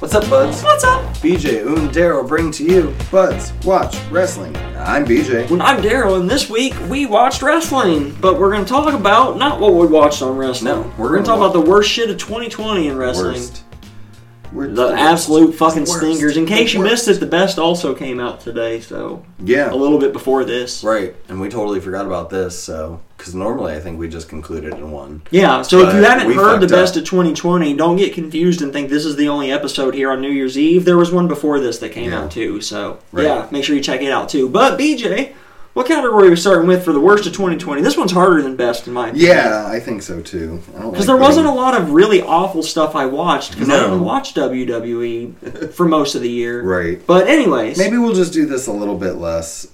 What's up, buds? What's up? BJ and Daryl bring to you Buds Watch Wrestling. I'm BJ. And I'm Daryl, and this week we watched wrestling, but we're going to talk about not what we watched on wrestling. No, we're we're gonna going to talk watch- about the worst shit of 2020 in wrestling. Worst. We're The absolute fucking Worst. stingers. In case you Worst. missed it, the best also came out today, so Yeah. a little bit before this. Right, and we totally forgot about this, so. Because normally I think we just concluded in one. Yeah, so if you But haven't we heard the fucked up. best of 2020, don't get confused and think this is the only episode here on New Year's Eve. There was one before this that came Yeah. out too, so Right. yeah, make sure you check it out too. But BJ, what category are we starting with for the worst of 2020? This one's harder than best in my opinion. Yeah, I think so too. Because there wasn't a lot of really awful stuff I watched because I No. didn't watch WWE for most of the year. Right. But anyways, Maybe we'll just do this a little bit less.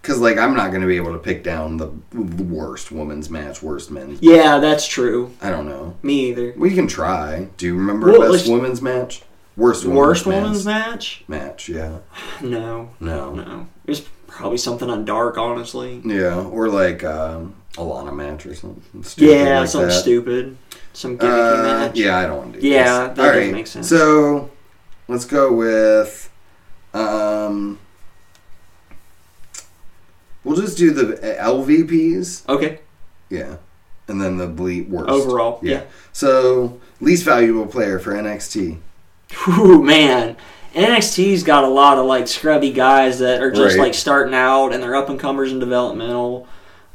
Because, like, I'm not going to be able to pick down the the worst women's match, worst men's. yeah, that's true. I don't know. Me either. We can try. Do you remember Well, best let's- women's match? Worst women's Worst match. women's match? match. Yeah. No, No. no. It was probably something on Dark, honestly. Yeah, or like um, Alana match or something. Stupid Yeah, like something that. stupid, some gimmicky Uh, match. yeah, I don't want to do. Yeah, this. that All doesn't right, make sense. So let's go with. Um, we'll just do the LVPs. Okay. Yeah, and then the bleep worst Overall, yeah. So least valuable player for NXT. Whew, man. NXT's got a lot of like scrubby guys that are just Right. like starting out and they're up and comers and developmental.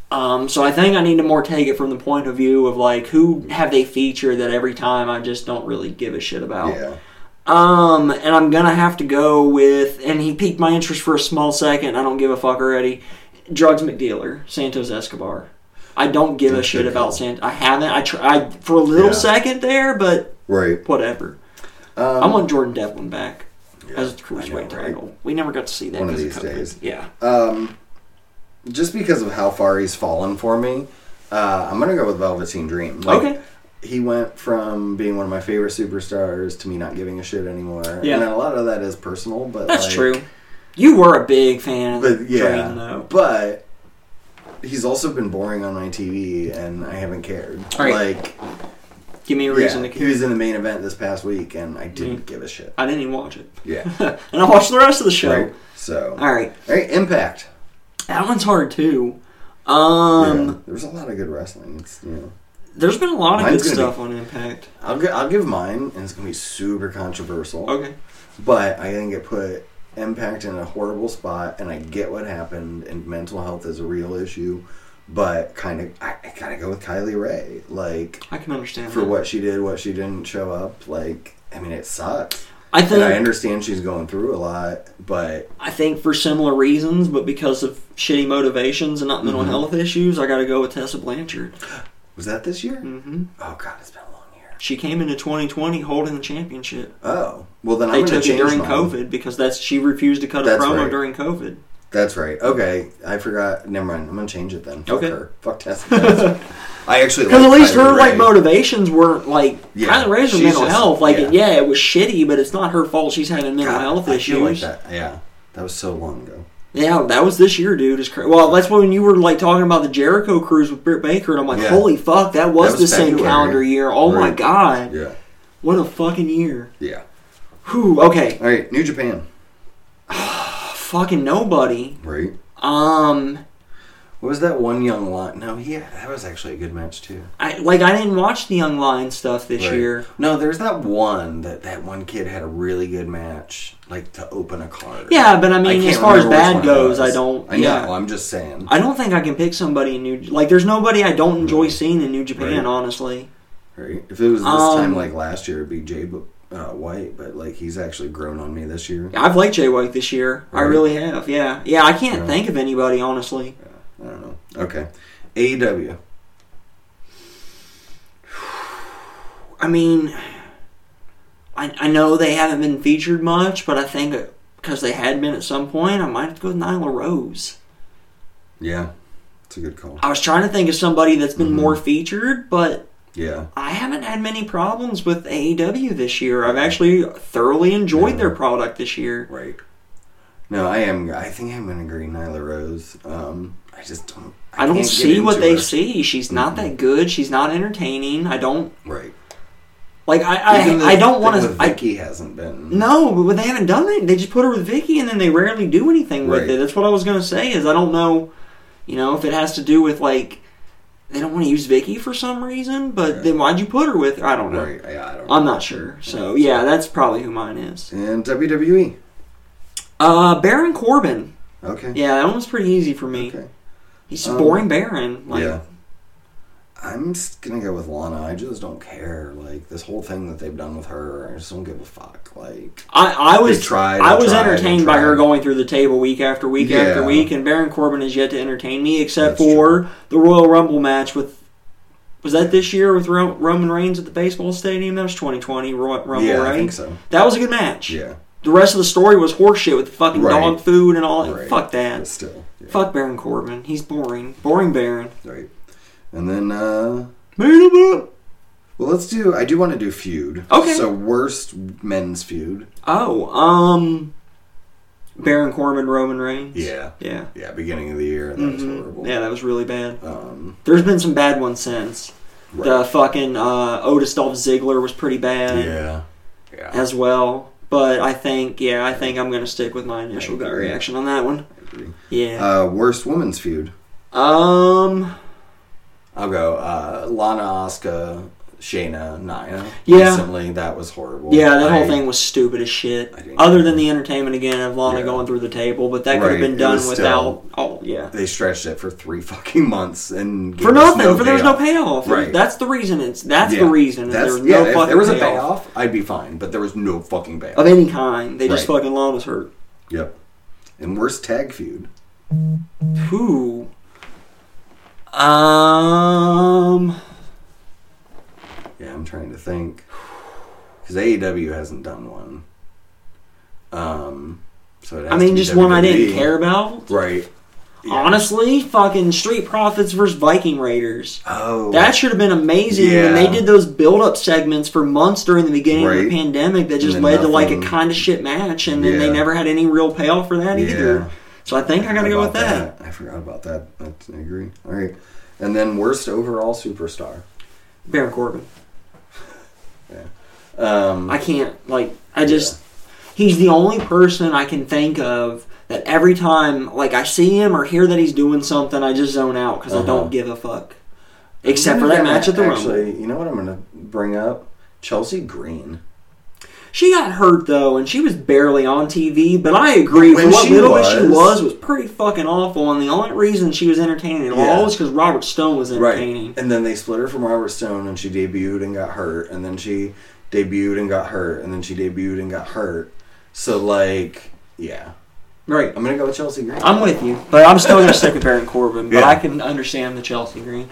Um, so I think I need to more take it from the point of view of like who have they featured that every time I just don't really give a shit about. Yeah. Um, and I'm gonna have to go with and he piqued my interest for a small second. I don't give a fuck already. Drugs McDealer, Santos Escobar. I don't give a That's shit good. about Sant. I haven't. I tried for a little Yeah. second there, but Right. whatever. I want Jordan Devlin back as the Um, I know, cruiserweight right? title. We never got to see that. One of 'cause these COVID. days. Yeah. Um, just because of how far he's fallen for me, uh, I'm gonna go with Velveteen Dream. Okay. He went from being one of my favorite superstars to me not giving a shit anymore. Yeah. And a lot of that is personal, but That's like- true. You were a big fan of But yeah, Dream, though. but he's also been boring on my TV, and I haven't cared. All right. Like, Give me a yeah, reason to he care. was in the main event this past week, and I didn't Mm-hmm. give a shit. I didn't even watch it. Yeah. and I watched the rest of the show. right. So, All right. all right, Impact. That one's hard, too. yeah. Um, There's a lot of good wrestling. It's you know. There's been a lot of Mine's good gonna stuff on Impact. I'll, gi- I'll give mine, and it's going to be super controversial. Okay. But I think it put Impact in a horrible spot, and I get what happened, and mental health is a real issue. But kind of, I, I gotta go with Kylie Ray. Like, I can understand for that. what she did, what she didn't show up, like, I mean, it sucks. I And I think understand she's going through a lot, but I think for similar reasons, but because of shitty motivations and not mental Mm-hmm. health issues, I got to go with Tessa Blanchard. was that this year? hmm Oh, God, it's been a long year. She came into 2020 holding the championship. Oh, well, then I'm going They to took it change during mine. COVID because that's she refused to cut a That's promo right. during COVID. That's right. Okay, I forgot. Never mind. I'm gonna change it then. Fuck Okay. her. Fuck Tessa. Blanchard. I actually Because at like least Kylie her like Rae. motivations weren't like Yeah. Kylie Rae's She's was mental just- health. Like yeah. yeah. it was shitty, but it's not her fault. She's having mental God, health I issues. feel like that. Yeah, that was so long ago. Yeah, that was this year, dude. It's cra- well, that's when you were like talking about the Jericho cruise with Britt Baker, and I'm like, Yeah. holy fuck, that was, That was the same February. calendar year. Oh my Right. god, Yeah, what a fucking year. yeah. Whew, okay, All right, New Japan. fucking nobody. Right. Um, What was that one young lot? No, yeah, that was actually a good match too. I like I didn't watch the Young Lion stuff this Right. year. No, there's that one that that one kid had a really good match, like to open a card. Yeah, but I mean, can't as far as remember which bad one it goes, I was. don't. I know. yeah, I'm just saying. I don't think I can pick somebody in New. Like, there's nobody I don't enjoy seeing in New Japan. Right. Honestly, Right. If it was this time Um, like last year, it'd be Jay Bu- uh, White, but like he's actually grown on me this year. I've liked Jay White this year. I Right. really have. Yeah, yeah. I can't Right. think of anybody honestly. I don't know. Okay. E AEW. I mean, I I know they haven't been featured much, but I think because they had been at some point, I might have to go with Nyla Rose. Yeah. It's a good call. I was trying to think of somebody that's been more Mm-hmm. featured, but Yeah. I haven't had many problems with AEW this year. I've actually thoroughly enjoyed their product this year. Right. No, I am. I think I'm gonna agree Nyla Rose. Um, I just don't. I don't can't get see what into they her. see. She's not that good. She's not entertaining. I don't. Right. Like I, I, Even the I don't thing want with to. I Vicky hasn't been. no, but they haven't done it. They just put her with Vicky, and then they rarely do anything with Right. it. That's what I was gonna say. Is I don't know, you know, if it has to do with like they don't want to use Vicky for some reason, but Right. then why'd you put her with? Her? I don't know. Right. Yeah, I don't. I'm not sure. So yeah, that's probably who mine is. And WWE. Uh, Baron Corbin. Okay. Yeah, that one was pretty easy for me. Okay. He's Um, just boring Baron. Like, yeah. I'm just gonna go with Lana. I just don't care. Like this whole thing that they've done with her, I just don't give a fuck. Like I, I was They tried I and was tried and entertained by her tried. going through the table week after week after Yeah. week, and Baron Corbin has yet to entertain me except That's for the Royal Rumble match with. Was that this year with Ro- Roman Reigns at the baseball stadium? That was 2020 Ro- Rumble, yeah, right? I think so. That was a good match. Yeah, The rest of the story was horseshit with the fucking Right. dog food and all that. Right. Fuck but that. still, yeah, Fuck Baron Corbin. He's boring. Boring Baron. right. And then, uh Main event. well, let's do. I do want to do feud. Okay. So worst men's feud. Oh, um, Baron Corbin, Roman Reigns. Yeah. Yeah. Yeah. Beginning of the year. That was Mhm. horrible. Yeah, that was really bad. Um. There's been some bad ones since. Right. The fucking uh, Otis Dolph Ziggler was pretty bad yeah. Yeah. as well. But I think, yeah, I think I'm gonna stick with my initial gut agree. reaction on that one. agree. Yeah. Uh, worst women's feud. um. I'll go uh, Lana, Oscar, Shayna, Naya. Yeah. Recently, that was horrible. Yeah, that whole I- thing was stupid as shit. I didn't- Other than the entertainment again of Lana Yeah. going through the table, but that could Right, have been it done was without. Oh yeah. They stretched it for three fucking months and gave For us nothing, for there was no payoff. payoff. Right. That's the reason. It's that's Yeah. the reason. is That's- there was yeah, no if fucking there was a payoff. payoff, I'd be fine, but there was no fucking payoff. of any kind. They just Right. fucking Lana's hurt. Yep. And worst tag feud. Who? Um. Yeah, I'm trying to think. Because AEW hasn't done one. Um, so it has I to mean, be E. just one I didn't WWE. care about. Right. Yeah. Honestly, fucking Street Profits versus Viking Raiders. Oh. That should have been amazing when Yeah. they did those build-up segments for months during the beginning of the Right. pandemic that just then led to like a nothing. kind of shit match, and then they Yeah. never had any real payoff for that Yeah. either. So I think I gotta go About with that. I forgot about that. That's, I agree. All right. And then worst overall superstar. Baron Corbin. Um, I can't like I just he's the only person I can think of that every time like I see him or hear that he's doing something I just zone out because I Uh-huh. don't give a fuck. Except for that match at the actually, Rumble. you know what I'm going to bring up? Chelsea Green. She got hurt though, and she was barely on TV. But I agree, for When what she little bit she was- was was pretty fucking awful. And the only reason she was entertaining at Yeah. all was because Robert Stone was entertaining. And then they split her from Robert Stone, and she debuted and got hurt, and then she debuted and got hurt, and then she debuted and got hurt. So like, yeah, Right. I'm gonna go with Chelsea Green. I'm with you, but I'm still gonna stick with Baron Corbin. But Yeah. I can understand the Chelsea Green.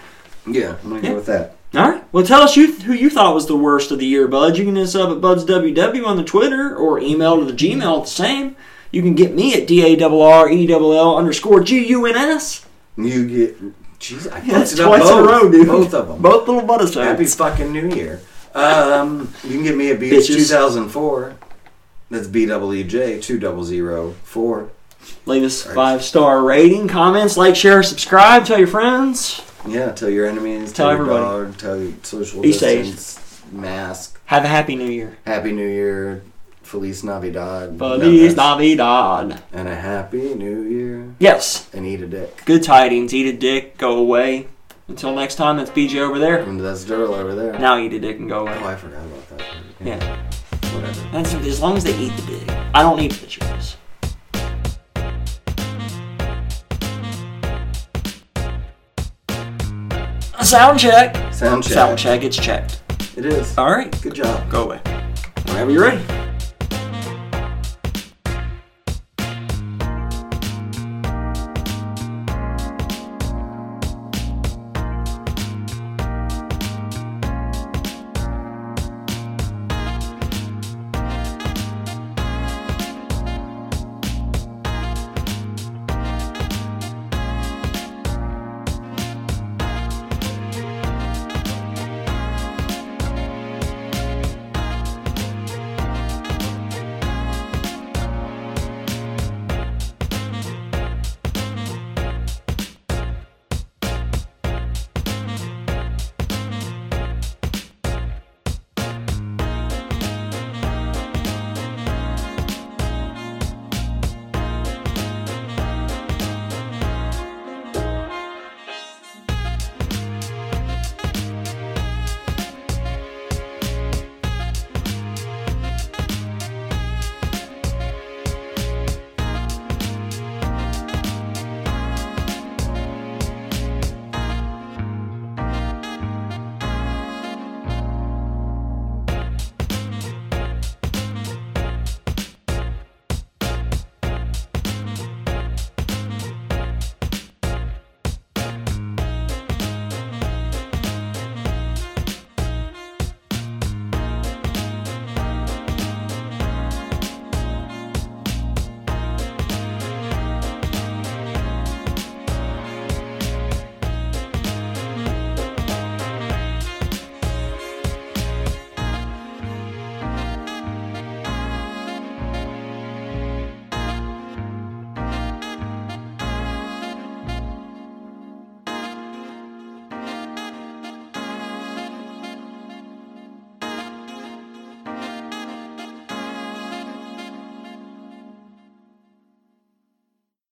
yeah, I'm gonna Yeah. go with that. All right. Well, tell us you, who you thought was the worst of the year, Bud. You can hit us up at BudsWW on the Twitter or email to the Gmail the same. You can get me at D-A-R-R-E-L-L E underscore G-U-N-S. You get, jeez, I That's fucked it up twice in a both, row, dude. Both of them. Both little butter Happy sides. fucking New Year. Um, you can get me at Beach Bitches. 2004. That's B double E J two double zero four. Leave us a five-star rating, comments, like, share, subscribe, tell your friends. Yeah, tell your enemies, Tell tell, your everybody. dog, tell your social Be safe. distance, mask. Have a happy new year. Happy New Year. Feliz Navidad. No, that's- Feliz Navidad. And a Happy New Year. Yes. And eat a dick. Good tidings. Eat a dick, go away. Until next time, that's BJ over there. And that's Daryl over there. Now eat a dick and go Oh, away. I forgot about that. Yeah. Whatever. That's as long as they eat the dick. I don't need pictures. Sound check. Sound check. Sound check. It's checked. It is. All right. Good job. Go away. Whenever you're ready.